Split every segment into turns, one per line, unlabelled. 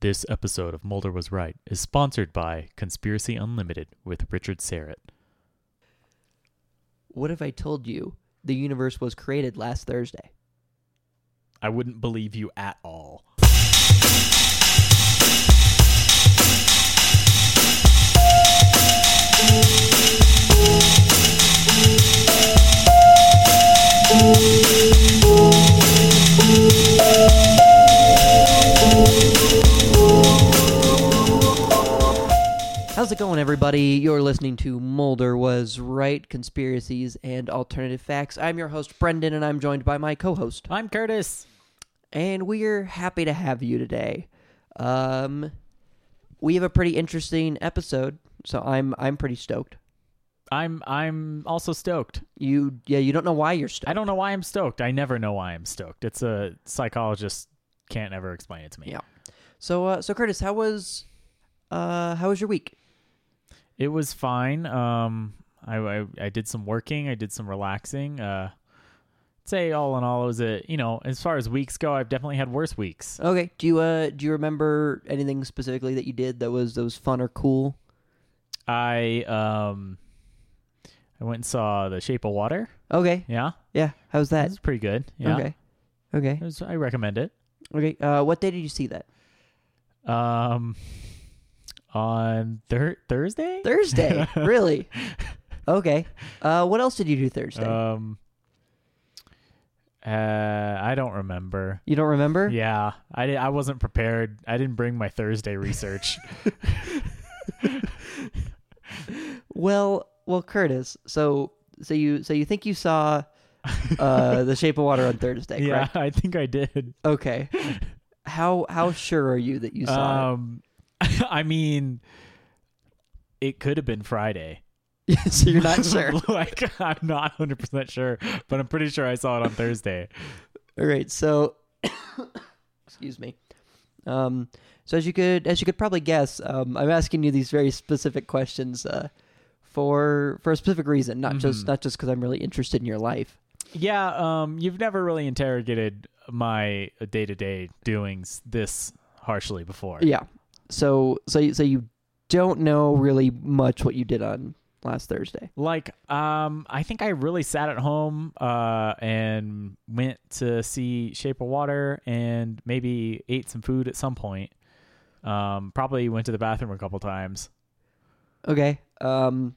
This episode of Mulder Was Right is sponsored by Conspiracy Unlimited with Richard Serrett.
What if I told you the universe was created last Thursday?
I wouldn't believe you at all.
How's it going, everybody? You're listening to Mulder Was Right Conspiracies and Alternative Facts. I'm your host, Brendan, and I'm joined by my co host.
I'm Curtis.
And we're happy to have you today. Um, we have a pretty interesting episode, so I'm I'm pretty stoked.
I'm I'm also stoked.
You yeah, you don't know why you're
I
stoked.
don't know why I'm stoked. I never know why I'm stoked. It's a psychologist can't ever explain it to me.
Yeah. So uh, so Curtis, how was uh how was your week?
It was fine. Um I, I I did some working, I did some relaxing. Uh I'd say all in all it was a you know, as far as weeks go, I've definitely had worse weeks.
Okay. Do you uh do you remember anything specifically that you did that was that was fun or cool?
I um I went and saw The Shape of Water.
Okay.
Yeah.
Yeah. How's that?
That's pretty good. Yeah.
Okay. Okay.
It was- I recommend it.
Okay. Uh, what day did you see that?
Um on thir- Thursday?
Thursday. really? Okay. Uh, what else did you do Thursday?
Um uh I don't remember.
you don't remember?
Yeah. I di- I wasn't prepared. I didn't bring my Thursday research.
Well, well, Curtis. So, so you, so you think you saw uh, the Shape of Water on Thursday?
yeah,
Correct?
I think I did.
Okay. How how sure are you that you saw
Um I mean it could have been Friday. Uh,
it? so you're not sure.
like I'm not 100% sure, but I'm pretty sure I saw it on Thursday.
All right, so excuse me. Um, so as you could as you could probably guess, um, I'm asking you these very specific questions uh, for for a specific reason, not
Mm-hmm.
just not just because I'm really interested in your life.
Yeah, um, you've never really interrogated my day to day doings this harshly before.
Yeah. So so you- so you don't know really much what you did on last Thursday.
Like, um, I think I really sat at home uh, and went to see Shape of Water and maybe ate some food at some point. Um, probably went to the bathroom a couple times.
Okay. Um,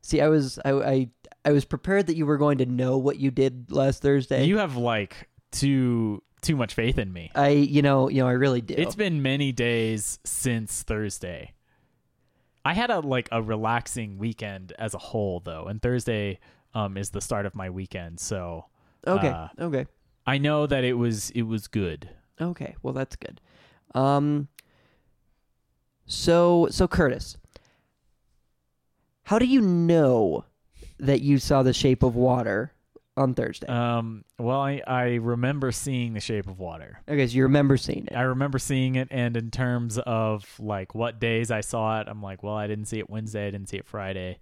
see, I was I, I I was prepared that you were going to know what you did last Thursday.
You have like too too much faith in me.
I you know you know I really do.
It's been many days since Thursday. I had a like a relaxing weekend as a whole though, and Thursday um is the start of my weekend, so
okay.
uh,
okay.
I know that it was it was good.
Okay, well that's good. Um so so Curtis, how do you know that you saw the shape of water on Thursday?
Um well I I remember seeing The Shape of Water.
okay, so you remember seeing it.
I remember seeing it and in terms of like what days I saw it, I'm like, well, I didn't see it Wednesday, I didn't see it Friday.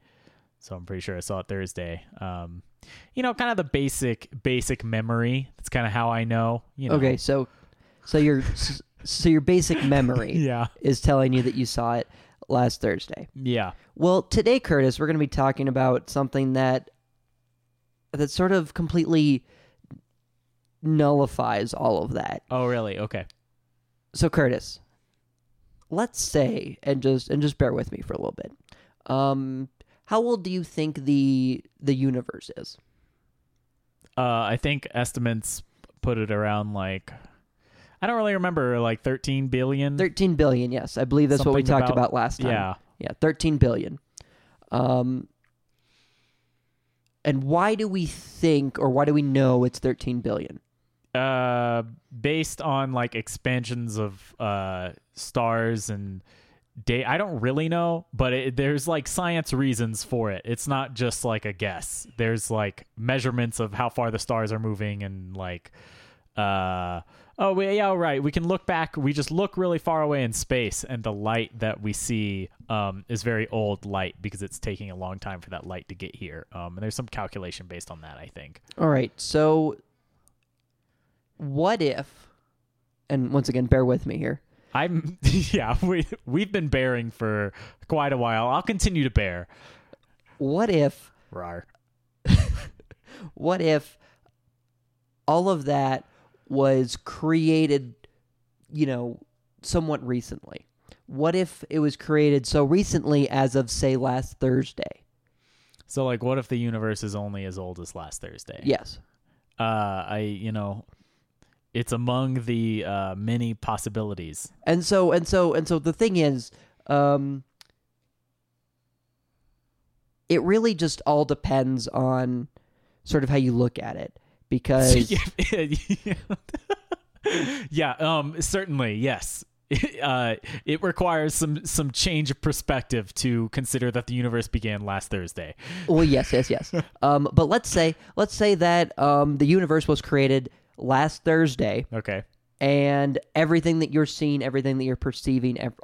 So I'm pretty sure I saw it Thursday. Um you know, kind of the basic basic memory. That's kind of how I know, you know.
Okay, so so your s- so your basic memory
Yeah.
is telling you that you saw it last Thursday.
Yeah.
Well, today, Curtis, we're going to be talking about something that that sort of completely nullifies all of that.
Oh, really? Okay.
so Curtis, let's say and just and just bear with me for a little bit. Um, how old do you think the the universe is?
Uh, I think estimates put it around like I don't really remember like 13 billion.
Thirteen billion. Yes, I believe that's what we
Something
talked
about-
about, last time.
yeah.
yeah, thirteen billion. Um, and why do we think or why do we know it's thirteen billion?
Uh, based on like expansions of uh stars and day I don't really know, but it, there's like science reasons for it. It's not just like a guess. There's like measurements of how far the stars are moving and like uh oh we, yeah right we can look back we just look really far away in space and the light that we see um is very old light because it's taking a long time for that light to get here um and there's some calculation based on that i think
All right, so what if? And once again, bear with me here.
I'm yeah, we we've been bearing for quite a while. I'll continue to bear.
What if
Rar.
what if all of that was created, you know, somewhat recently? What if it was created so recently as of say last Thursday?
So like what if the universe is only as old as last Thursday?
Yes.
Uh I you know it's among the uh many possibilities.
And so and so and so the thing is, um it really just all depends on sort of how you look at it because
yeah. yeah, um certainly, yes. Uh, it requires some some change of perspective to consider that the universe began last Thursday.
well yes yes yes um but let's say let's say that um the universe was created last Thursday
Okay.
and everything that you're seeing, everything that you're perceiving, ev-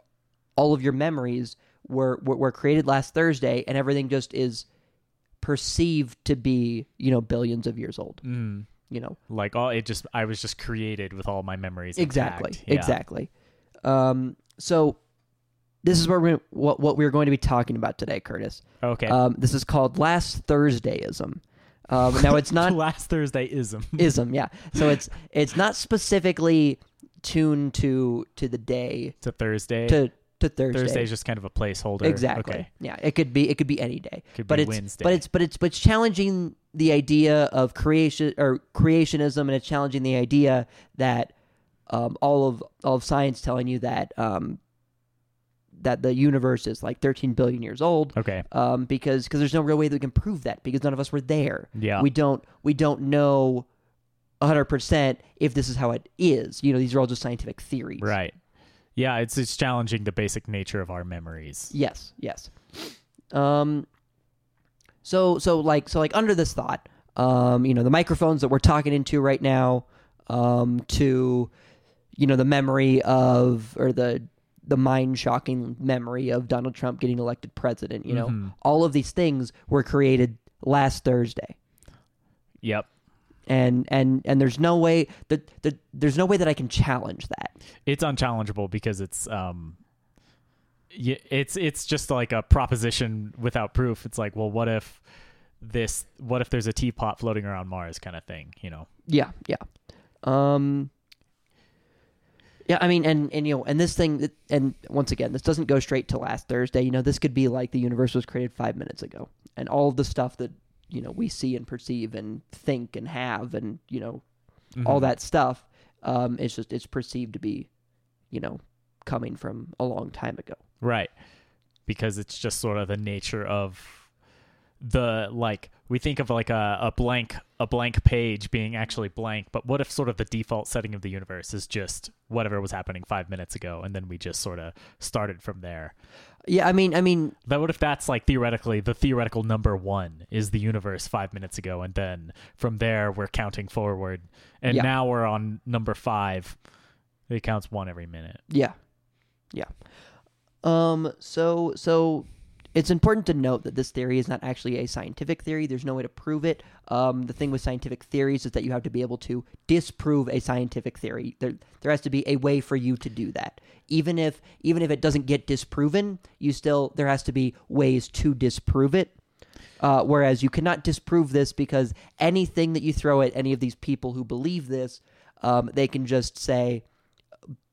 all of your memories were, were were created last Thursday, and everything just is perceived to be you know billions of years old.
Mm.
You know
Like all it just I was just created with all my memories.
exactly,
intact. Yeah.
exactly. Um, so this is where we what what we're going to be talking about today, Curtis.
Okay.
Um, this is called last Thursdayism. Um, now it's not
last Thursday ism.
ism, yeah. So it's it's not specifically tuned to to the day
to Thursday.
to to Thursday.
Thursday's just kind of a placeholder.
Exactly.
Okay.
Yeah, it could be it could be any day.
Could
but
be
it's
Wednesday.
but it's but it's but it's challenging the idea of creation or creationism, and it's challenging the idea that um, all of all of science telling you that um, that the universe is like 13 billion years old.
Okay.
Um, because because there's no real way that we can prove that because none of us were there.
Yeah.
We don't we don't know 100% if this is how it is. You know, these are all just scientific theories.
right. Yeah, it's it's challenging the basic nature of our memories.
Yes, yes. Um so so like so like under this thought, um you know, the microphones that we're talking into right now um to you know, the memory of or the the mind-shocking memory of Donald Trump getting elected president, you know. All of these things were created last Thursday.
Yep.
And and and there's no way that, that there's no way that I can challenge that.
It's unchallengeable because it's um y- it's it's just like a proposition without proof. It's like, well, what if this what if there's a teapot floating around Mars kind of thing, you know?
Yeah, yeah. Um Yeah, I mean and and you know, and this thing and once again, this doesn't go straight to last Thursday. You know, this could be like the universe was created 5 minutes ago and all of the stuff that, you know, we see and perceive and think and have and, you know,
Mm-hmm.
all that stuff um it's just it's perceived to be, you know, coming from a long time ago.
Right. Because it's just sort of the nature of the like we think of like a, a blank a blank page being actually blank, but what if sort of the default setting of the universe is just whatever was happening five minutes ago and then we just sort of started from there.
Yeah, I mean, I mean,
That what if that's like theoretically the theoretical number one is the universe five minutes ago and then from there we're counting forward and
Yeah.
now we're on number five. It counts one every minute.
Yeah. Yeah. Um so so it's important to note that this theory is not actually a scientific theory. There's no way to prove it. Um, the thing with scientific theories is that you have to be able to disprove a scientific theory. There, there has to be a way for you to do that. Even if, even if it doesn't get disproven, you still there has to be ways to disprove it. Uh, whereas you cannot disprove this because anything that you throw at any of these people who believe this, um, they can just say,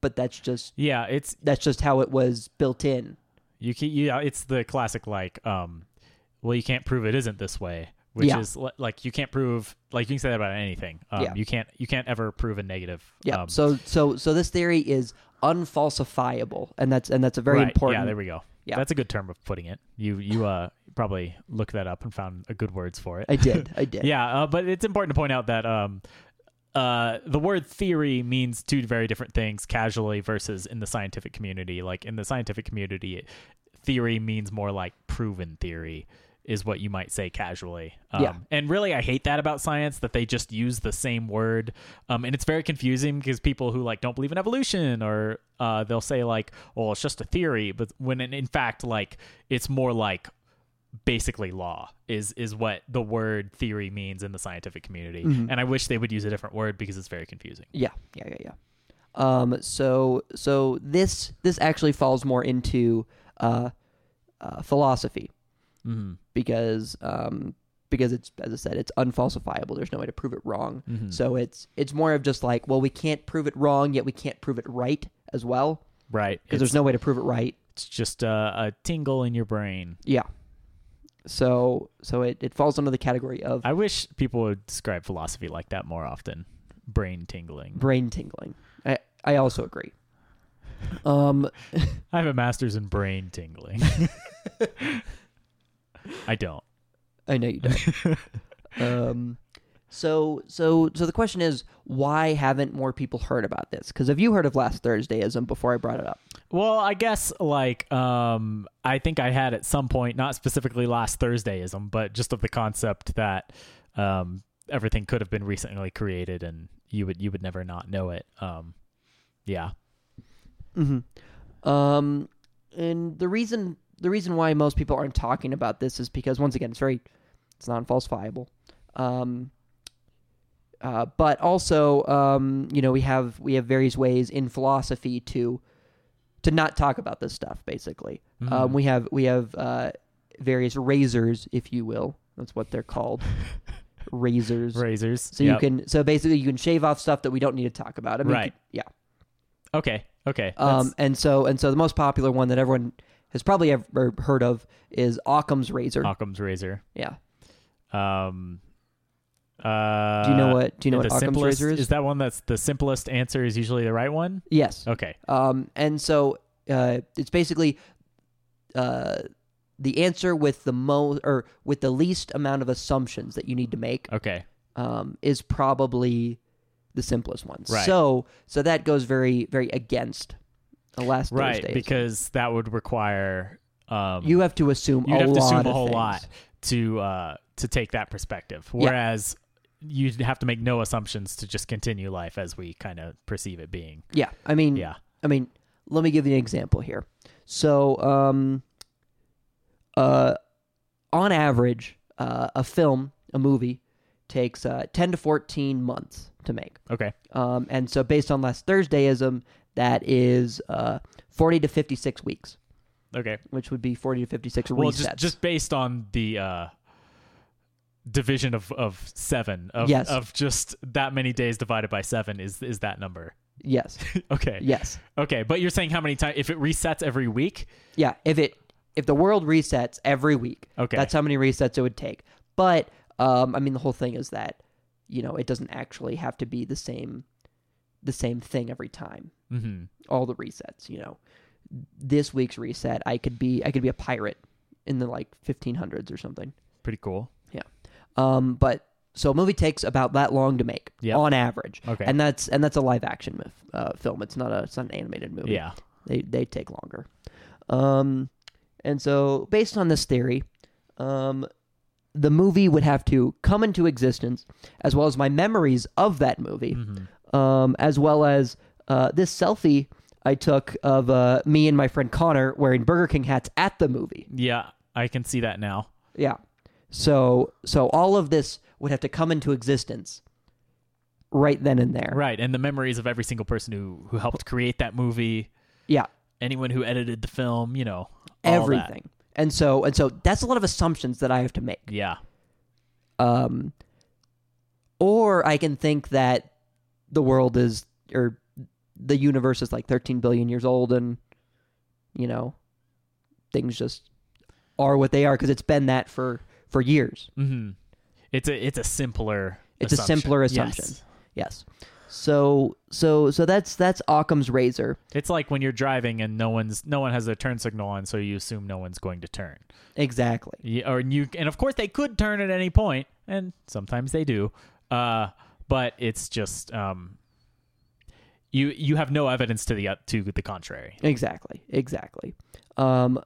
"But that's just
Yeah, it's
that's just how it was built in.
You can, yeah, it's the classic like, um, well, you can't prove it isn't this way, which
Yeah.
is li- like you can't prove like you can say that about anything. Um,
Yeah.
you can't you can't ever prove a negative.
Yeah.
um,
so so so this theory is unfalsifiable, and that's and that's a very
right,
important.
Yeah, there we go.
Yeah.
that's a good term of putting it. You you uh probably looked that up and found a good words for it.
I did. I did.
yeah, uh, but it's important to point out that um. Uh, the word theory means two very different things casually versus in the scientific community. Like in the scientific community, theory means more like proven theory is what you might say casually. Um,
Yeah.
And really, I hate that about science that they just use the same word. Um, and it's very confusing because people who like don't believe in evolution or uh, they'll say like, "Well, it's just a theory," but when in, in fact, like, it's more like basically law is is what the word theory
Mm-hmm.
means in the scientific community. And I wish they would use a different word because it's very confusing.
Yeah. Yeah. Yeah. yeah. Um, so so this this actually falls more into uh, uh, philosophy
Mhm.
Mm-hmm. because um, because it's as I said it's unfalsifiable. There's no way to prove it wrong.
Mhm.
So it's it's more of just like well we can't prove it wrong yet we can't prove it right as well
Right.
because
It's,
there's no way to prove it right.
it's just a, a tingle in your brain.
Yeah. So so it, it falls under the category of
I wish people would describe philosophy like that more often. Brain tingling.
brain tingling. I I also agree. Um
I have a master's in brain tingling. I don't.
I know you don't. um so so so the question is why haven't more people heard about this? Cuz have you heard of last Thursdayism before I brought it up?
Well, I guess like um I think I had at some point, not specifically last Thursdayism, but just of the concept that um everything could have been recently created and you would you would never not know it. Um yeah.
Mhm. Um and the reason the reason why most people aren't talking about this is because once again it's very it's non-falsifiable. Um uh, but also, um, you know, we have we have various ways in philosophy to to not talk about this stuff. Basically,
Mm-hmm.
um, we have we have uh, various razors, if you will. That's what they're called, razors.
Razors.
So you can so basically you can shave off stuff that we don't need to talk about. I mean,
Right.
Yeah.
Okay. Okay.
Um,
That's-
and so and so the most popular one that everyone has probably ever heard of is Occam's razor.
Occam's razor.
Yeah.
Um uh
Do you know what? Do you know
the
what Occam's
simplest,
razor is?
that one that's the Oh. simplest answer is usually the right one?
yes.
Okay.
Um, and so uh, it's basically uh, the answer with the most or with the least amount of assumptions that you need to make
Okay.
um, is probably the simplest one.
Right.
So so that goes very very against a last
Right,
Thursday.
because that would require um
you have to assume
you'd
a
have to
lot
assume
of
a whole
things.
lot to uh to take that perspective
Yeah.
whereas you'd have to make no assumptions to just continue life as we kind of perceive it being
Yeah, I mean,
yeah
I mean, let me give you an example here. So, um, uh, on average, uh, a film, a movie, takes uh, ten to fourteen months to make.
okay
Um, and so, based on last Thursdayism, that is uh, forty to fifty-six weeks,
okay
which would be forty to fifty-six
well
resets.
just just based on the uh division of of seven of
Yes.
of just that many days divided by seven is is that number
yes,
okay
yes,
okay but you're saying how many times if it resets every week
yeah. If it if the world resets every week,
okay
That's how many resets it would take. But um, I mean, the whole thing is that you know it doesn't actually have to be the same, the same thing every time.
mm-hmm.
All the resets, you know, this week's reset, I could be I could be a pirate in the like 1500s or something.
pretty cool
Um, but so a movie takes about that long to make
Yep.
on average.
Okay.
and that's and that's a live action mif- uh, film. It's not a it's not an animated movie
yeah
they they take longer. Um, and so based on this theory, um, the movie would have to come into existence, as well as my memories of that movie,
Mhm.
um, as well as uh, this selfie I took of uh, me and my friend Connor wearing Burger King hats at the movie.
yeah i can see that now
Yeah. So so all of this would have to come into existence right then and there.
Right, and the memories of every single person who who helped create that movie,
Yeah.
anyone who edited the film, you know, all that.
Everything. And so and so that's a lot of assumptions that I have to make.
Yeah,
um, or I can think that the world is or the universe is like 13 billion years old, and you know things just are what they are because it's been that for for years.
hmm it's a it's a simpler.
It's a
assumption.
simpler
Yes.
assumption. Yes. So so so that's that's Occam's razor
It's like when you're driving and no one's no one has their turn signal on, so you assume no one's going to turn.
exactly.
Yeah, or you and of course they could turn at any point, and sometimes they do. Uh, but it's just um, you you have no evidence to the uh, to the contrary.
Exactly, exactly. Um,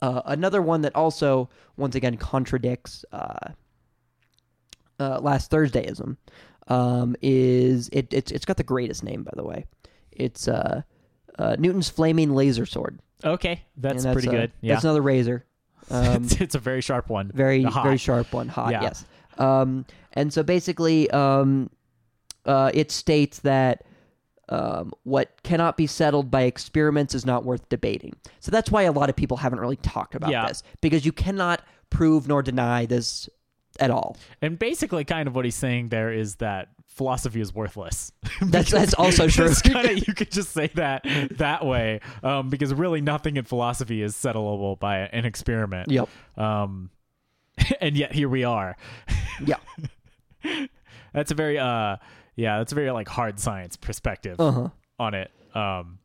uh, another one that also, once again, contradicts uh, uh, last Thursdayism um, is it, it's it's got the greatest name, by the way. It's uh, uh, Newton's flaming laser sword.
Okay, that's,
And
pretty
uh,
good. Yeah,
That's another razor. Um,
it's, it's a very sharp one.
very
Hot.
very sharp one, hot.
Yeah.
Yes. Um, and so basically, um, uh, it states that um, what cannot be settled by experiments is not worth debating. So that's why a lot of people haven't really talked about
Yeah.
this because you cannot prove nor deny this at all.
And basically, kind of what he's saying there is that philosophy is worthless.
That's that's also true.
It's kinda- you could just say that that way, um, because really nothing in philosophy is settleable by an experiment.
yep.
Um, and yet here we are.
Yeah.
That's a very uh, yeah, that's a very like hard science perspective
Uh huh.
on it. Um,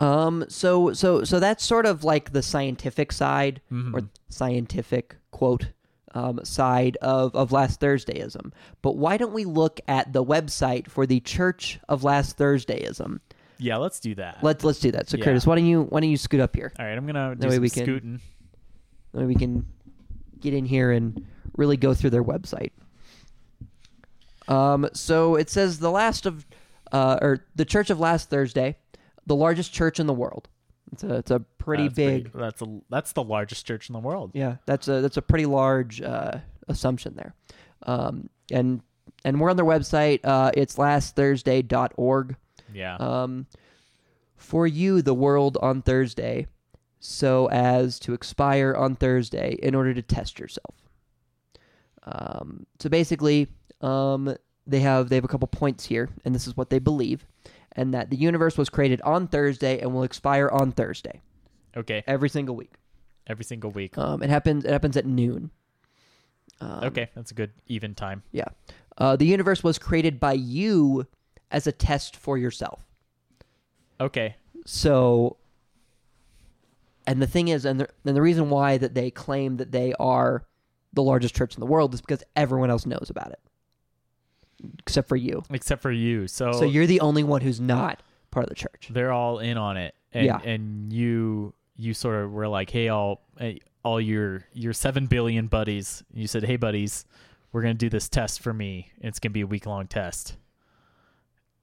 Um. So so so that's sort of like the scientific side
mhm.
or scientific quote um, side of of Last Thursdayism. But why don't we look at the website for the Church of Last Thursdayism?
yeah, let's do that.
Let's let's do that. So
Yeah.
Curtis, why don't you why don't you scoot up here?
All right, I'm gonna do
That way
some
we can-
scooting.
That way we can get in here and really go through their website. Um, so it says the last of, uh, or the Church of Last Thursday, the largest church in the world. It's a it's a pretty
that's
big.
that's a that's the largest church in the world.
Yeah, that's a that's a pretty large uh, assumption there. Um, and and we're on their website. Uh, it's lastthursday.org.
Yeah.
Um, for you, the world on Thursday, so as to expire on Thursday in order to test yourself. Um, so basically, um, they have they have a couple points here, and this is what they believe, and that the universe was created on Thursday and will expire on Thursday
okay.
every single week.
Every single week.
Um, it happens it happens at noon. Um,
okay, that's a good even time.
Yeah. Uh, the universe was created by you as a test for yourself.
Okay.
So, and the thing is, and the, and the reason why that they claim that they are the largest church in the world is because everyone else knows about it, except for you.
Except for you. So,
So you're the only one who's not part of the church.
they're all in on it. And
Yeah.
and you you sort of were like, "Hey all eh, all your your 7 billion buddies." You said, "Hey buddies, we're going to do this test for me. It's going to be a week-long test."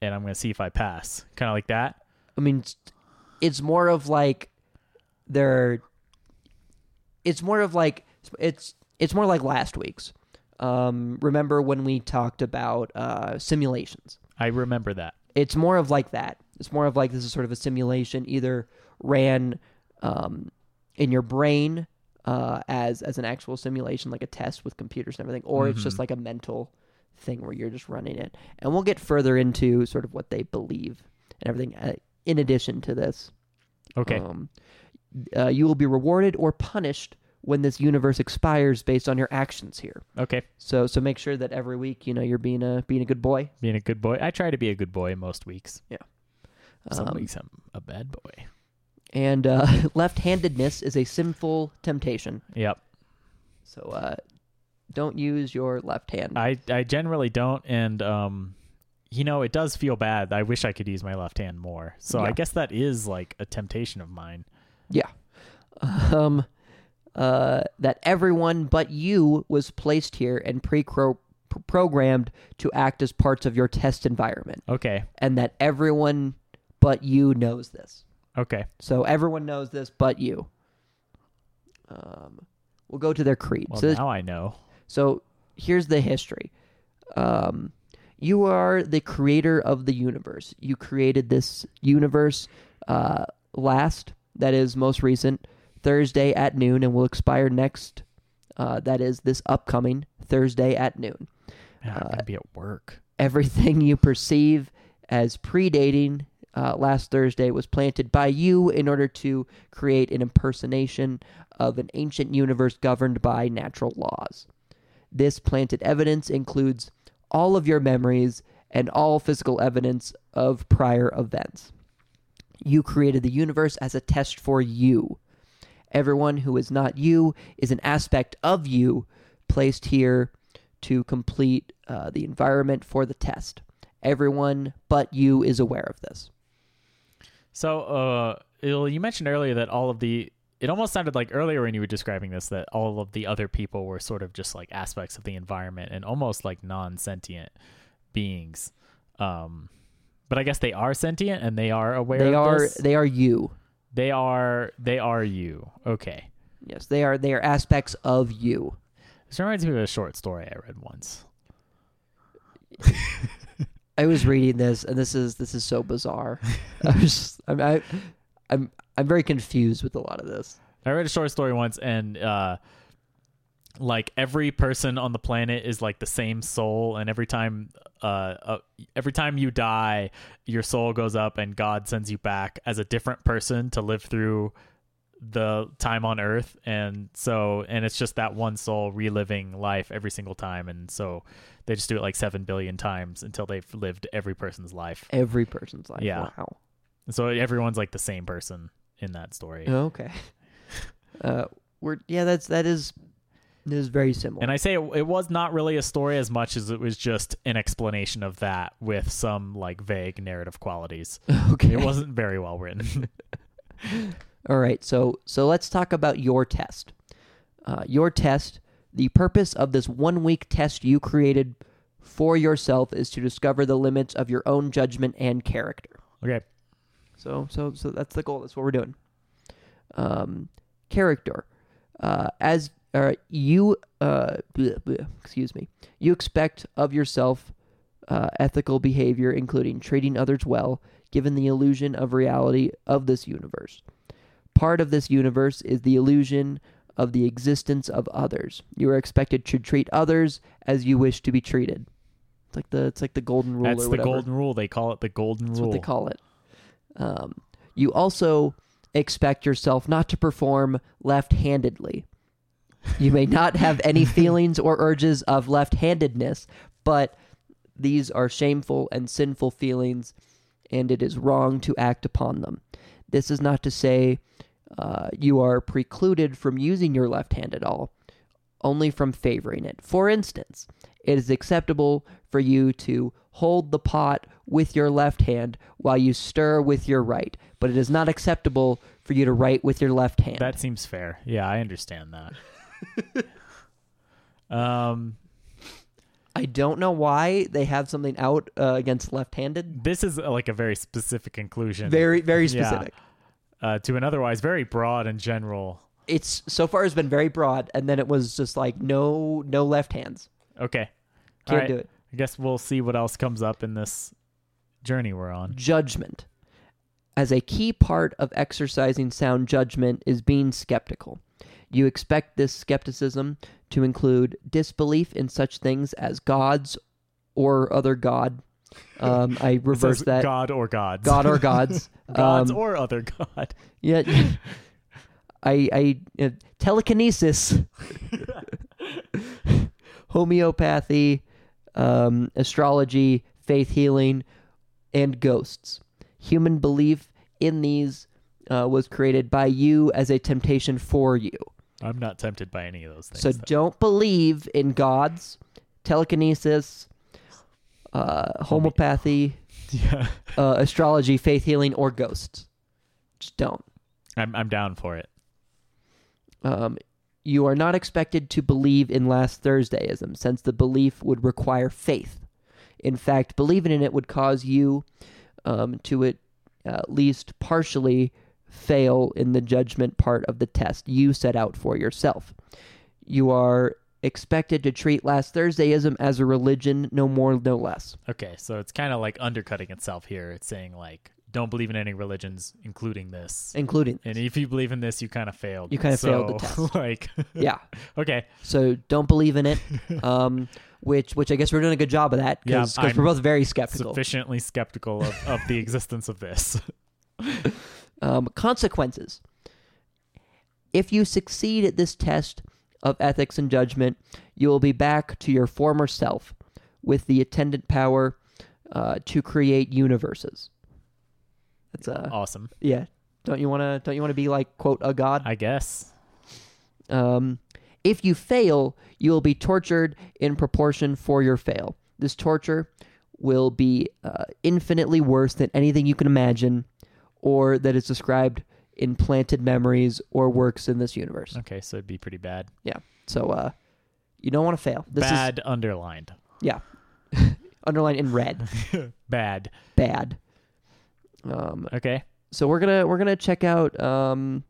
And I'm going to see if I pass. Kind of like that.
I mean, it's, it's more of like they're. It's more of like it's it's more like last week's. Um, remember when we talked about uh, simulations?
I remember that.
it's more of like that. It's more of like this is sort of a simulation, either ran um, in your brain uh, as as an actual simulation, like a test with computers and everything, or it's just like a mental thing where you're just running it. And we'll get further into sort of what they believe and everything. Uh, in addition to this,
Okay.
um, uh, you will be rewarded or punished when this universe expires based on your actions here.
okay.
So so make sure that every week you know you're being a being a good boy.
Being a good boy. I try to be a good boy most weeks.
Yeah.
Some
Um,
weeks I'm a bad boy.
and uh, left-handedness is a sinful temptation.
Yep.
So uh, don't use your left hand.
I I generally don't, and um, you know, it does feel bad. I wish I could use my left hand more. So
Yeah.
I guess that is like a temptation of mine.
yeah. Um, uh, that everyone but you was placed here and pre-programmed to act as parts of your test environment,
Okay,
and that everyone but you knows this.
okay,
So everyone knows this but you. Um, we'll go to their creed.
well
so this-
now I know.
So here's the history. Um, you are the creator of the universe. You created this universe uh, last, that is most recent, Thursday at noon, and will expire next, uh, that is this upcoming Thursday at noon.
Man, I'm
uh,
gonna be at work.
Everything you perceive as predating uh, last Thursday was planted by you in order to create an impersonation of an ancient universe governed by natural laws. This planted evidence includes all of your memories and all physical evidence of prior events. You created the universe as a test for you. Everyone who is not you is an aspect of you placed here to complete uh, the environment for the test. Everyone but you is aware of this.
So, uh, Il, you mentioned earlier that all of the it almost sounded like earlier when you were describing this that all of the other people were sort of just like aspects of the environment and almost like non sentient beings. Um, but I guess they are sentient and they are aware.
they
of
are
this?
they are you.
They are. They are you. Okay.
Yes, they are they are aspects of you.
This reminds me of a short story I read once.
I was reading this, and this is this is so bizarre. I was just, I'm, I, I'm I'm very confused with a lot of this.
I read a short story once, and uh, like every person on the planet is like the same soul, and every time, uh, uh, every time you die, your soul goes up, and God sends you back as a different person to live through the time on Earth, and so, and it's just that one soul reliving life every single time, and so they just do it like seven billion times until they've lived every person's life.
Every person's life.
Yeah.
Wow.
So everyone's like the same person in that story.
Okay. Uh, we're yeah. That's that is that is very similar.
And I say it, it was not really a story as much as it was just an explanation of that with some like vague narrative qualities.
okay.
It wasn't very well written.
All right, so so let's talk about your test. Uh, your test. The purpose of this one-week test you created for yourself is to discover the limits of your own judgment and character.
okay.
So so so that's the goal. That's what we're doing. Um, character. Uh, as uh, you uh, bleh, bleh, excuse me, you expect of yourself uh, ethical behavior, including treating others well, given the illusion of reality of this universe. Part of this universe is the illusion of the existence of others. You are expected to treat others as you wish to be treated. It's like the it's like the golden rule.
That's
or
the
whatever.
golden rule. They call it the golden
That's
rule.
what they call it. Um, you also expect yourself not to perform left handedly. You may not have any feelings or urges of left handedness, but these are shameful and sinful feelings, and it is wrong to act upon them. This is not to say uh, you are precluded from using your left hand at all, only from favoring it. For instance, it is acceptable for you to hold the pot with your left hand while you stir with your right, but it is not acceptable for you to write with your left hand.
that seems fair. Yeah, I understand that. um
I don't know why they have something out uh, against left-handed.
this is uh, like a very specific conclusion
Very, very
Yeah.
specific.
uh, to an otherwise very broad and general.
It's so far has been very broad, and then it was just like no, no left hands.
Okay. All
Can't
right.
do it.
I guess we'll see what else comes up in this journey we're on.
judgment. As a key part of exercising sound judgment is being skeptical. You expect this skepticism to include disbelief in such things as gods or other god. Um, I
It says
reverse that. God.
God or gods.
or gods.
gods
Um,
or other god.
yeah. I I uh, telekinesis, homeopathy, um, astrology, faith healing, and ghosts. Human belief in these uh, was created by you as a temptation for you.
I'm not tempted by any of those things.
So don't believe in gods, telekinesis, uh, homeopathy,
yeah,
uh, astrology, faith healing, or ghosts. Just don't.
I'm I'm down for it.
Um, you are not expected to believe in last Thursdayism, since the belief would require faith. In fact, believing in it would cause you um, to at uh, least partially fail in the judgment part of the test you set out for yourself. You are expected to treat last Thursdayism as a religion, no more, no less.
Okay, so it's kind of like undercutting itself here. It's saying like, don't believe in any religions, including this.
Including,
And if you believe in this, you kind of failed.
You kinda
So,
failed the test.
Like,
yeah.
okay,
So don't believe in it. Um, which, which I guess we're doing a good job of that
Yeah,
because
I'm
we're both very skeptical.
sufficiently skeptical of, of the existence of this.
Um, consequences. If you succeed at this test of ethics and judgment, you will be back to your former self with the attendant power uh, to create universes. That's uh,
Awesome,
yeah. Don't you want to? Don't you want to be like quote a god?
I guess.
Um, if you fail, you will be tortured in proportion for your fail. This torture will be uh, infinitely worse than anything you can imagine or that is described in planted memories or works in this universe.
Okay, so it'd be pretty bad.
Yeah. So uh, you don't want to fail. This is
bad underlined.
yeah. Underlined in red.
Bad.
Bad. Um,
Okay,
so we're gonna we're gonna check out um,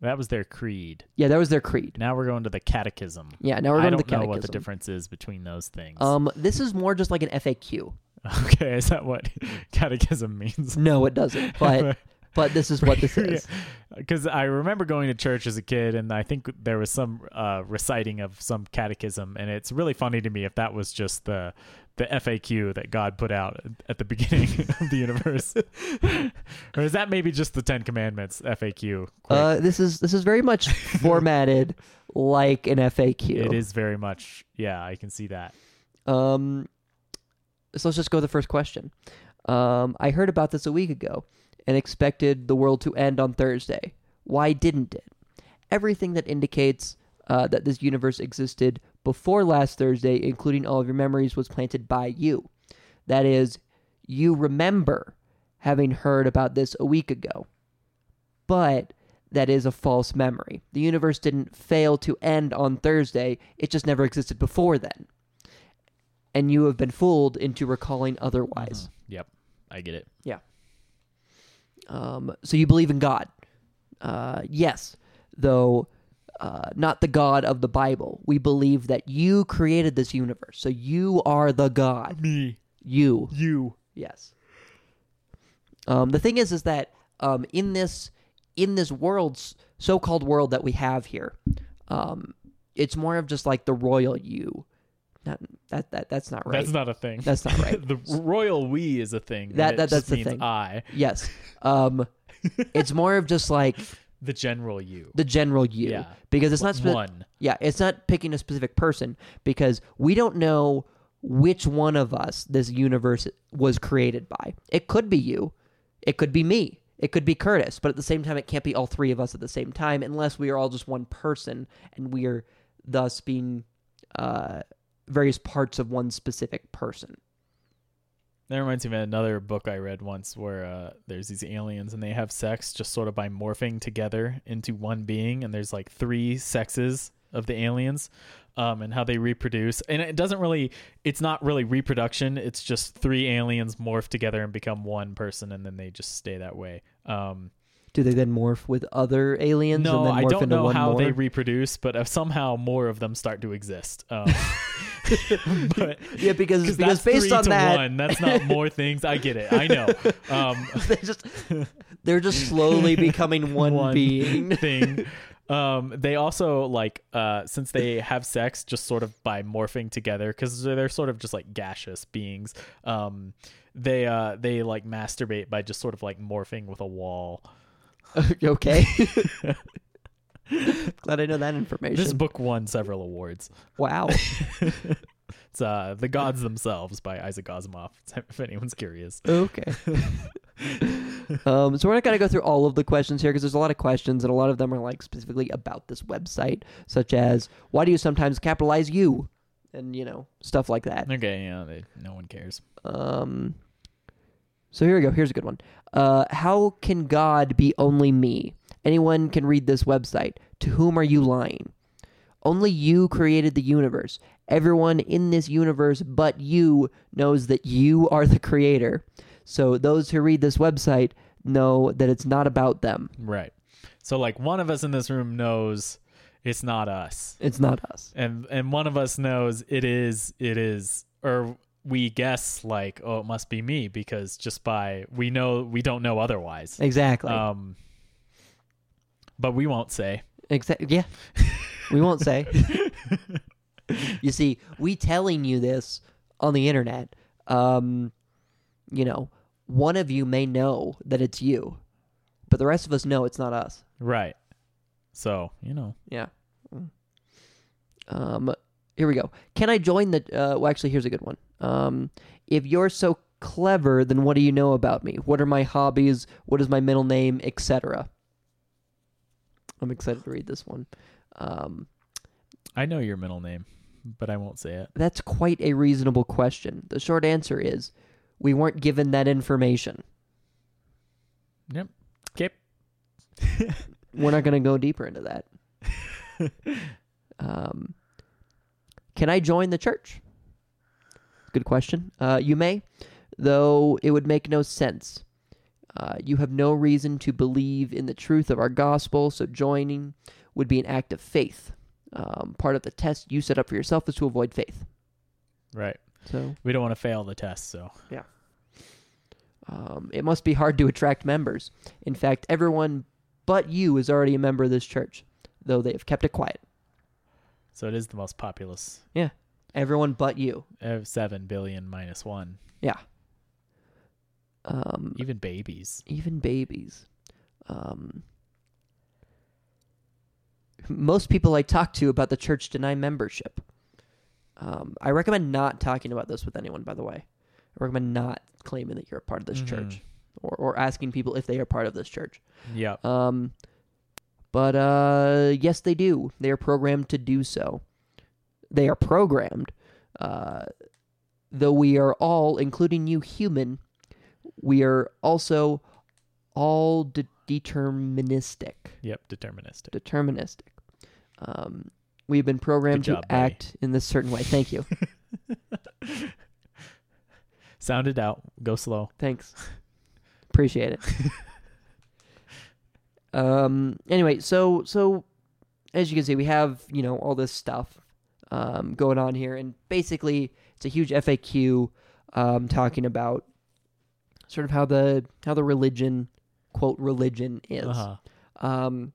that was their creed.
yeah, that was their creed.
Now we're going to the catechism.
Yeah, now we're going
I don't
to the catechism.
know what the difference is between those things.
Um, this is more just like an FAQ.
Okay, is that what catechism means?
No, it doesn't. But but this is what this is.
Because I remember going to church as a kid, and I think there was some uh, reciting of some catechism, and it's really funny to me if that was just the the FAQ that God put out at the beginning of the universe, or is that maybe just the Ten Commandments FAQ? quick?
Uh, this is this is very much formatted like an FAQ.
it is very much, yeah, I can see that.
Um, so let's just go to the first question. Um, I heard about this a week ago and expected the world to end on Thursday. Why didn't it? Everything that indicates uh, that this universe existed before last Thursday, including all of your memories, was planted by you. That is, you remember having heard about this a week ago. But that is a false memory. The universe didn't fail to end on Thursday, it just never existed before then and you have been fooled into recalling otherwise.
Yep, I get it.
Um, so you believe in God. Uh, yes, though uh, not the God of the Bible. We believe that you created this universe. So you are the God.
Me,
You.
you,
Yes. Um, the thing is, is that um, in this in this world's so-called world that we have here, um, it's more of just like the royal you. Not, that that that's not right.
that's not a thing.
that's not right.
the royal we is a thing. and
That-
it
that-
just
that's the
means
thing.
I,
Yes. Um, it's more of just like
the general you.
the general you,
Yeah.
because it's not spe-
One.
Yeah, it's not picking a specific person because we don't know which one of us this universe was created by. It could be you, it could be me, it could be Curtis, but at the same time, it can't be all three of us at the same time unless we are all just one person and we are thus being uh, various parts of one specific person.
That reminds me of another book I read once where uh, there's these aliens and they have sex just sort of by morphing together into one being, and there's like three sexes of the aliens um, and how they reproduce. And it doesn't really, it's not really reproduction, it's just three aliens morph together and become one person, and then they just stay that way. Um,
Do they then morph with other aliens?
no,
and then
I
morph
don't
into
know
one
how
more?
they reproduce, but uh, somehow more of them start to exist. Um, but
yeah,
because
because because
that's
based
three
on
to
that,
one. That's not more things. I get it. I know. Um,
they just they're just slowly becoming one, being.
thing. Um, they also like uh, since they have sex just sort of by morphing together because they're, they're sort of just like gaseous beings. Um, they uh, they like masturbate by just sort of like morphing with a wall.
okay. Glad I know that information.
This book won several awards.
wow.
It's uh, The Gods Themselves by Isaac Asimov. If anyone's curious,
Okay. um, so we're not going to go through all of the questions here because there's a lot of questions and a lot of them are like specifically about this website, such as why do you sometimes capitalize you, and you know stuff like that.
okay, yeah, they, no one cares.
Um, so here we go. Here's a good one. Uh, how can God be only me? Anyone can read this website. To whom are you lying? Only you created the universe. Everyone in this universe but you knows that you are the creator. So those who read this website know that it's not about them.
Right. So like one of us in this room knows it's not us.
It's not us.
and and one of us knows it is it is or we guess like oh it must be me because just by we know we don't know otherwise
Exactly.
um but we won't say
Exactly. Yeah. we won't say. you see, we telling you this on the internet. Um, you know, one of you may know that it's you, but the rest of us know it's not us.
right so you know
Yeah. Um, here we go. Can I join the? Uh, well, actually, here's a good one. Um, if you're so clever, then what do you know about me? What are my hobbies? What is my middle name, etc. I'm excited to read this one. Um,
i know your middle name but i won't say it
That's quite a reasonable question. The short answer is we weren't given that information.
yep okay
We're not going to go deeper into that. um, can I join the church? Good question. Uh, you may, though it would make no sense. Uh, you have no reason to believe in the truth of our gospel, so joining would be an act of faith. Um, part of the test you set up for yourself is to avoid faith.
right
So
we don't want to fail the test. So
um, it must be hard to attract members. In fact, everyone but you is already a member of this church, though they have kept it quiet.
so it is the most populous.
Everyone but you.
Uh, Seven billion minus one.
Um,
Even babies.
even babies. Um, most people I talk to about the church deny membership. Um, I recommend not talking about this with anyone, by the way. I recommend not claiming that you're a part of this
Mhm.
church or, or asking people if they are part of this church.
Yep.
Um, but uh, yes, they do. They are programmed to do so. They are programmed. Uh, though we are all, including you, human, we are also all de- deterministic.
Yep. Deterministic.
Deterministic. Um, we've been programmed
Good job,
to
buddy.
act in this certain way. Thank you.
Sound it out. Go slow.
Thanks. Appreciate it. um anyway, so so as you can see, we have, you know, all this stuff um going on here and basically it's a huge FAQ um talking about sort of how the how the religion quote religion is.
Uh-huh.
Um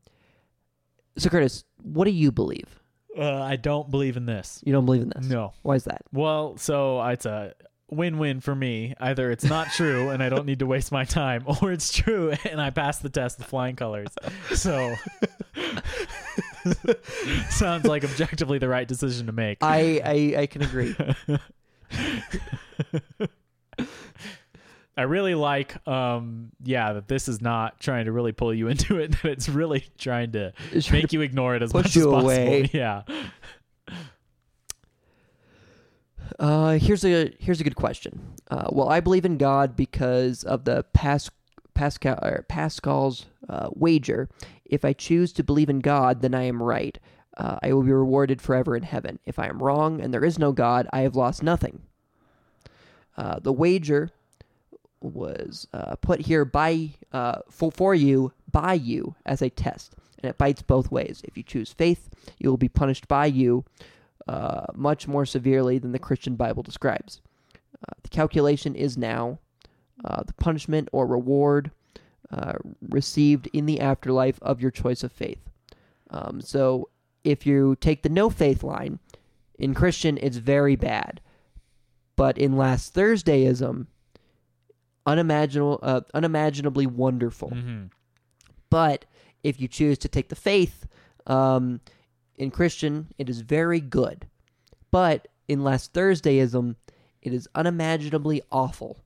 so Curtis, what do you believe?
Uh, I don't believe in this.
You don't believe in this.
No.
Why is that?
Well, so it's a win-win for me. Either it's not true and I don't need to waste my time, or it's true and I pass the test with flying colors. So sounds like objectively the right decision to make.
I I, I can agree.
I really like, um, yeah, that this is not trying to really pull you into it. That it's really trying to
It's
make you ignore it as
push
much
you
as possible.
away.
Yeah.
Uh, here's a here's a good question. Uh, well, I believe in God because of the Pas- Pascal or Pascal's uh, wager. If I choose to believe in God, then I am right. Uh, I will be rewarded forever in heaven. If I am wrong and there is no God, I have lost nothing. Uh, the wager was uh, put here by uh, for, for you by you as a test, and it bites both ways. If you choose faith, you will be punished by you uh, much more severely than the Christian Bible describes. Uh, the calculation is now uh, the punishment or reward uh, received in the afterlife of your choice of faith. Um, so, if you take the no faith line, in Christian, it's very bad. But in Last Thursdayism, unimaginable, uh, unimaginably wonderful.
hmm
But if you choose to take the faith um, in Christian, it is very good. But in Last Thursdayism, it is unimaginably awful.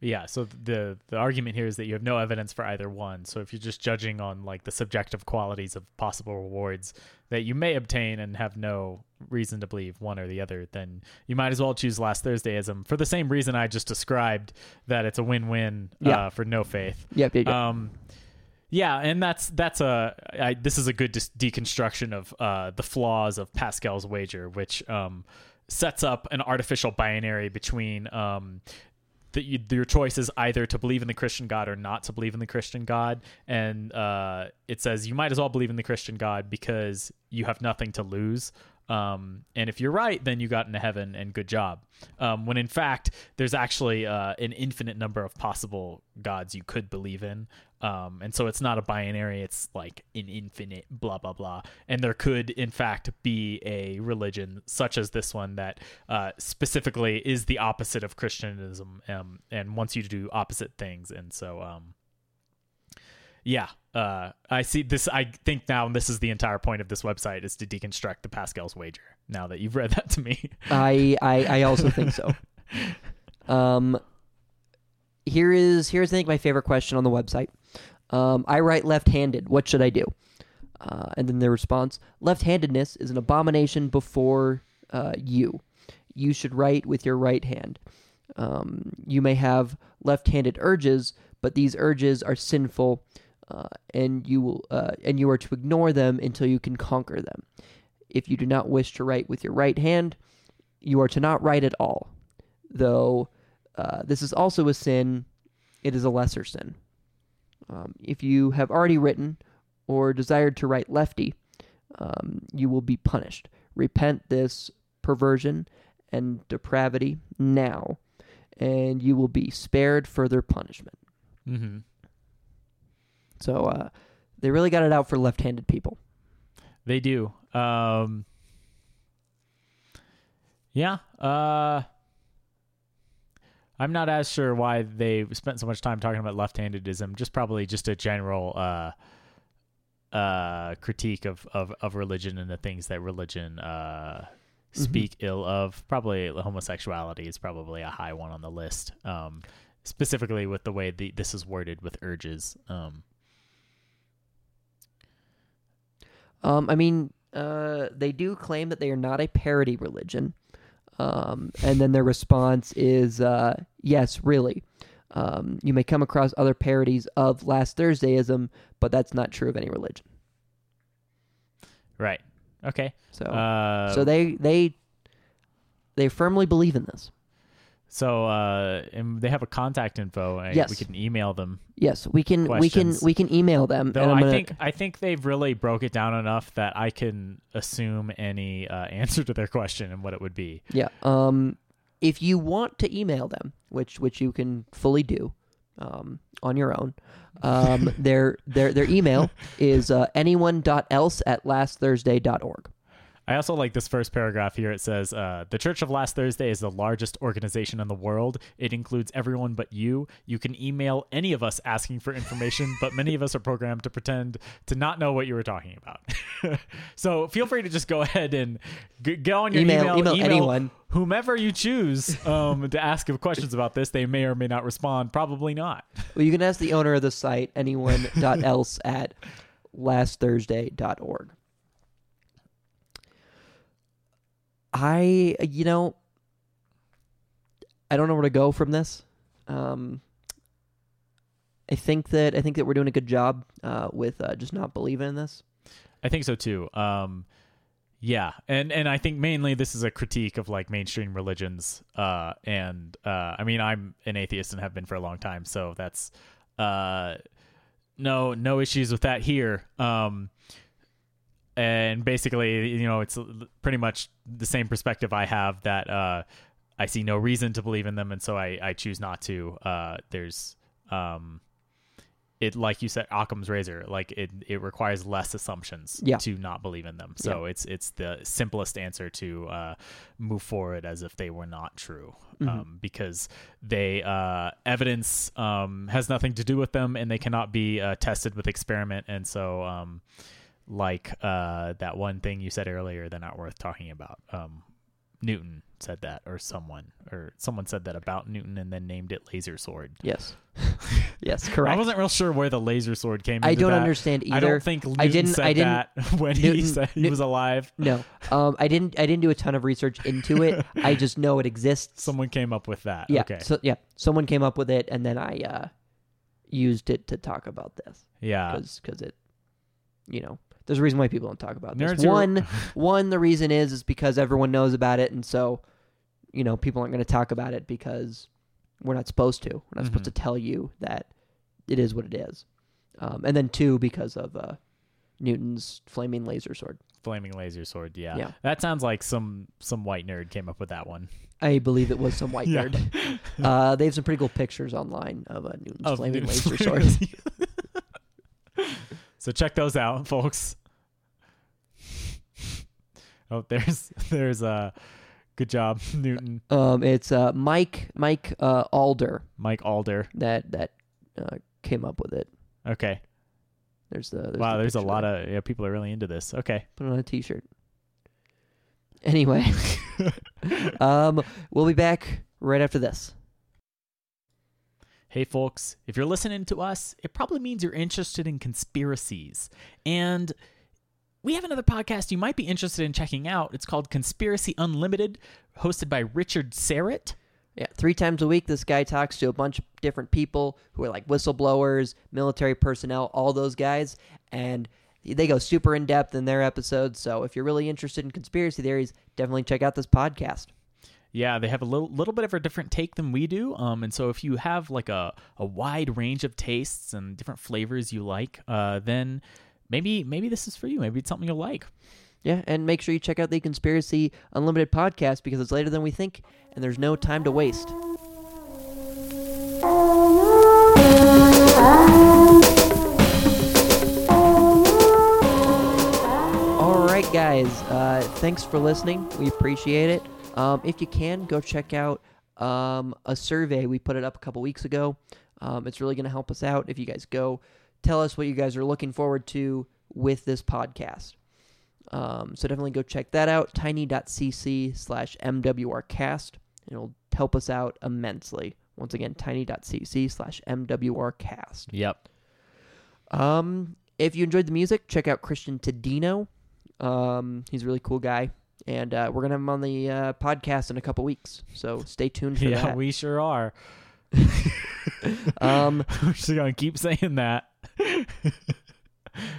Yeah, so th- the the argument here is that you have no evidence for either one. So if you're just judging on like the subjective qualities of possible rewards that you may obtain and have no reason to believe one or the other, then you might as well choose last Thursdayism for the same reason I just described that it's a win-win
Yeah.
uh, for no faith.
Yep, yep, yep.
Um yeah, and that's that's a I, this is a good dis- deconstruction of uh, the flaws of Pascal's wager, which um, sets up an artificial binary between um, that you, your choice is either to believe in the Christian God or not to believe in the Christian God. And uh, it says you might as well believe in the Christian God because you have nothing to lose. Um, and if you're right, then you got into heaven and good job. Um, when in fact, there's actually uh, an infinite number of possible gods you could believe in. Um, and so it's not a binary, it's like an infinite blah, blah, blah. And there could, in fact, be a religion such as this one that uh, specifically is the opposite of Christianism um, and wants you to do opposite things. And so, um, yeah, uh, I see this. I think now this is the entire point of this website is to deconstruct the Pascal's wager. Now that you've read that to me,
I, I I also think so. Um, here is here's I think my favorite question on the website. Um, I write left-handed. What should I do? Uh, and then their response: Left-handedness is an abomination before uh, you. You should write with your right hand. Um, you may have left-handed urges, but these urges are sinful, uh, and you will uh, and you are to ignore them until you can conquer them. If you do not wish to write with your right hand, you are to not write at all. Though uh, this is also a sin, it is a lesser sin. Um, if you have already written or desired to write lefty, um, you will be punished. Repent this perversion and depravity now, and you will be spared further punishment.
Mm-hmm.
So uh, they really got it out for left handed people.
They do. Um, yeah. Uh, I'm not as sure why they spent so much time talking about left-handedism. Just probably just a general uh, uh, critique of, of, of religion and the things that religion uh, speak ill of. Probably homosexuality is probably a high one on the list. Um, specifically with the way the, this is worded with urges. Um,
Um, I mean, uh, they do claim that they are not a parody religion. Um, and then their response is, uh, yes, really. Um, you may come across other parodies of Last Thursdayism, but that's not true of any religion.
right. Okay.
So,
Uh,
Oh. so they they they firmly believe in this.
So uh, and they have a contact info. And
Yes.
we can email them.
Yes, we can
Questions.
we can we can email them.
Though
and I'm
I
gonna-
think I think they've really broke it down enough that I can assume any uh, answer to their question and what it would be.
Yeah. Um, if you want to email them, which which you can fully do um, on your own, um, their their their email is uh, anyone.else at lastthursday.org.
I also like this first paragraph here. It says uh, the Church of Last Thursday is the largest organization in the world. It includes everyone but you. You can email any of us asking for information, but many of us are programmed to pretend to not know what you were talking about. so feel free to just go ahead and g- go on your
Email-
email,
email anyone.
whomever you choose um, to ask of questions about this. They may or may not respond. Probably not.
Well, you can ask the owner of the site anyone.else at lastthursday.org. I you know I don't know where to go from this. Um, I think that I think that we're doing a good job uh, with uh, just not believing in this.
I think so too. Um, yeah, and and I think mainly this is a critique of like mainstream religions. Uh, and uh, I mean, I'm an atheist and have been for a long time, so that's uh, no no issues with that here. Um, and basically, you know, it's pretty much the same perspective I have that uh, I see no reason to believe in them, and so I I choose not to. Uh, there's um, it like you said Occam's razor like it it requires less assumptions
Yeah.
to not believe in them so it's it's the simplest answer to uh, move forward as if they were not true
Mm-hmm.
um, because they uh, evidence um, has nothing to do with them and they cannot be uh, tested with experiment and so um, like uh, that one thing you said earlier they're not worth talking about um, Newton said that or someone or someone said that about Newton and then named it laser sword
Yes, yes, correct.
I wasn't real sure where the laser sword came.
I
into
don't
that.
understand either.
I don't think Newton
I didn't.
said
I didn't.
that when he
Newton-
said he
Newt-
was alive.
No, um, I didn't. I didn't do a ton of research into it. I just know it exists.
Someone came up with that.
Yeah.
Okay.
So yeah, someone came up with it, and then I uh, used it to talk about this
yeah.
because it, you know, there's a reason why people don't talk about this.
Nerds are-
uh, one, one, the reason is is because everyone knows about it, and so, you know, people aren't going to talk about it because we're not supposed to. We're not supposed to
Mm-hmm.
tell you that it is what it is. Um, and then two, because of uh, Newton's flaming laser sword.
Flaming laser sword. Yeah.
Yeah.
That sounds like some some white nerd came up with that one.
I believe it was some white
Yeah.
nerd. Uh, they have some pretty cool pictures online of uh, Newton's
Of
flaming
Newton's
laser sword.
flaming laser- so check those out, folks. Oh, there's there's uh good job, Newton,
Um, it's uh, Mike Mike uh, Alder
Mike Alder.
that that uh, came up with it.
Okay.
There's the there's
wow, there's a lot of yeah, people are really into this. Okay.
put it on a T-shirt. Anyway, um, we'll be back right after this.
Hey, folks, if you're listening to us, it probably means you're interested in conspiracies. And we have another podcast you might be interested in checking out. It's called Conspiracy Unlimited, hosted by Richard Serrett.
Yeah, three times a week, this guy talks to a bunch of different people who are like whistleblowers, military personnel, all those guys, and they go super in depth in their episodes. So if you're really interested in conspiracy theories, definitely check out this podcast.
Yeah, they have a little, little bit of a different take than we do. Um, and so if you have like a, a wide range of tastes and different flavors you like, uh, then maybe maybe this is for you. Maybe it's something you'll like.
Yeah, and make sure you check out the Conspiracy Unlimited podcast because it's later than we think and there's no time to waste. All right, guys. Uh, thanks for listening. We appreciate it. Um, if you can, go check out um, a survey. We put it up a couple weeks ago. Um, it's really going to help us out if you guys go tell us what you guys are looking forward to with this podcast. Um, so definitely go check that out, tiny.cc slash mwrcast. It'll help us out immensely. Once again, tiny.cc slash mwrcast.
Yep.
Um, if you enjoyed the music, check out Christian Tadino. Um, he's a really cool guy. And uh, we're going to have him on the uh, podcast in a couple weeks. So stay tuned for
Yeah,
that.
we sure are.
um,
We're just gonna keep saying that. I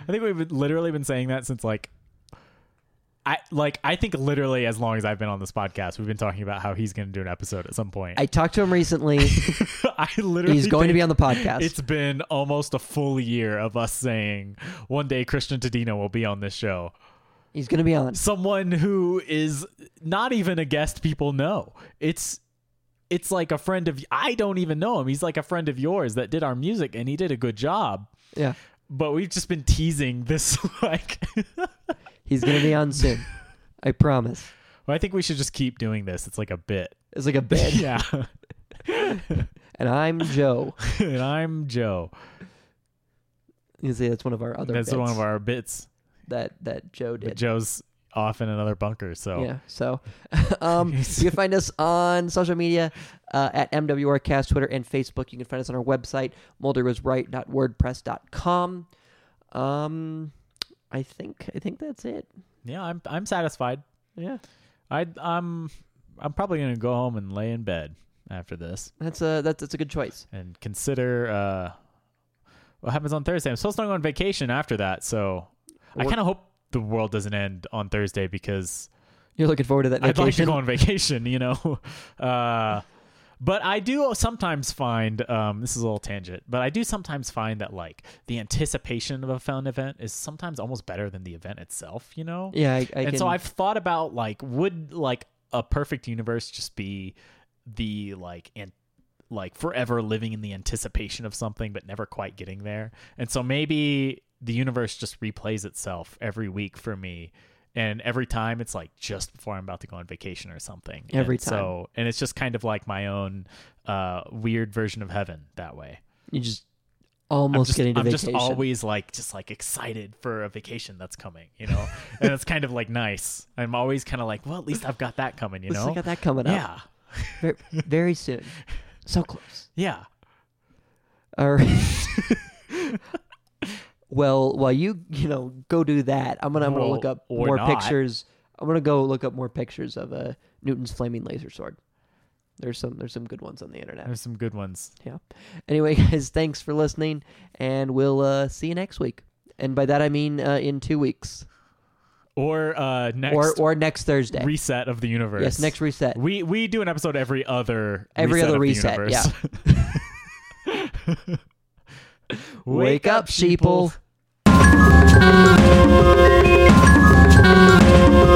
think we've literally been saying that since like I like I think literally as long as I've been on this podcast, we've been talking about how he's gonna do an episode at some point.
I talked to him recently.
I literally
He's going to be
think
on the podcast.
It's been almost a full year of us saying one day Christian Tadino will be on this show.
He's going to be on.
Someone who is not even a guest people know. It's it's like a friend of I don't even know him. He's like a friend of yours that did our music and he did a good job.
Yeah.
but we've just been teasing this like well,
He's going to be on soon. I promise.
i think we should just keep doing this it's like a bit
It's like a bed.
yeah
and I'm Joe.
and i'm joe
You see, that's one of our other.
that's
bits
one of our bits
that that Joe
but
did.
joe's off in another bunker so
Yeah. So, um, you can find us on social media uh, at MWRcast, Twitter, and Facebook. You can find us on our website, MulderWasRight.wordpress.com. Um, I think I think that's it.
Yeah, i'm i'm satisfied
Yeah,
i i'm i'm probably gonna go home and lay in bed after this
that's a that's that's a good choice.
and consider uh what happens on thursday i'm supposed to go on vacation after that so i
We're-
kind of hope the world doesn't end on thursday because
You're looking forward to that
I'd like to
vacation.
go on vacation, you know. Uh, but I do sometimes find um, this is a little tangent, but I do sometimes find that like the anticipation of a fun event is sometimes almost better than the event itself, you know.
yeah, I, I
and
can.
so I've thought about like would like a perfect universe just be the like and like forever living in the anticipation of something but never quite getting there. And so maybe the universe just replays itself every week for me. And every time it's like just before I'm about to go on vacation or something.
Every
And So and it's just kind of like my own uh weird version of heaven that way.
you just
I'm
almost
just,
getting to
I'm
vacation.
just always like just like excited for a vacation that's coming, you know. and it's kind of like nice. I'm always kind of like, well, at least I've got that coming, you
At least I
know.
got that coming up.
yeah,
Very, very soon. So close.
yeah.
All right. well, while you you know go do that, I'm gonna I'm gonna
Well,
look up
or
more
not.
pictures. I'm gonna go look up more pictures of uh, Newton's flaming laser sword. There's some there's some good ones on the internet.
There's some good ones.
Yeah. Anyway, guys, thanks for listening, and we'll uh, see you next week. And by that I mean uh, in two weeks
Or uh next
or or next Thursday.
reset of the universe.
yes, next reset.
we we do an episode every other
Every
reset
other
of the
reset,
universe. Wake,
Wake up, sheeple.
sheeple.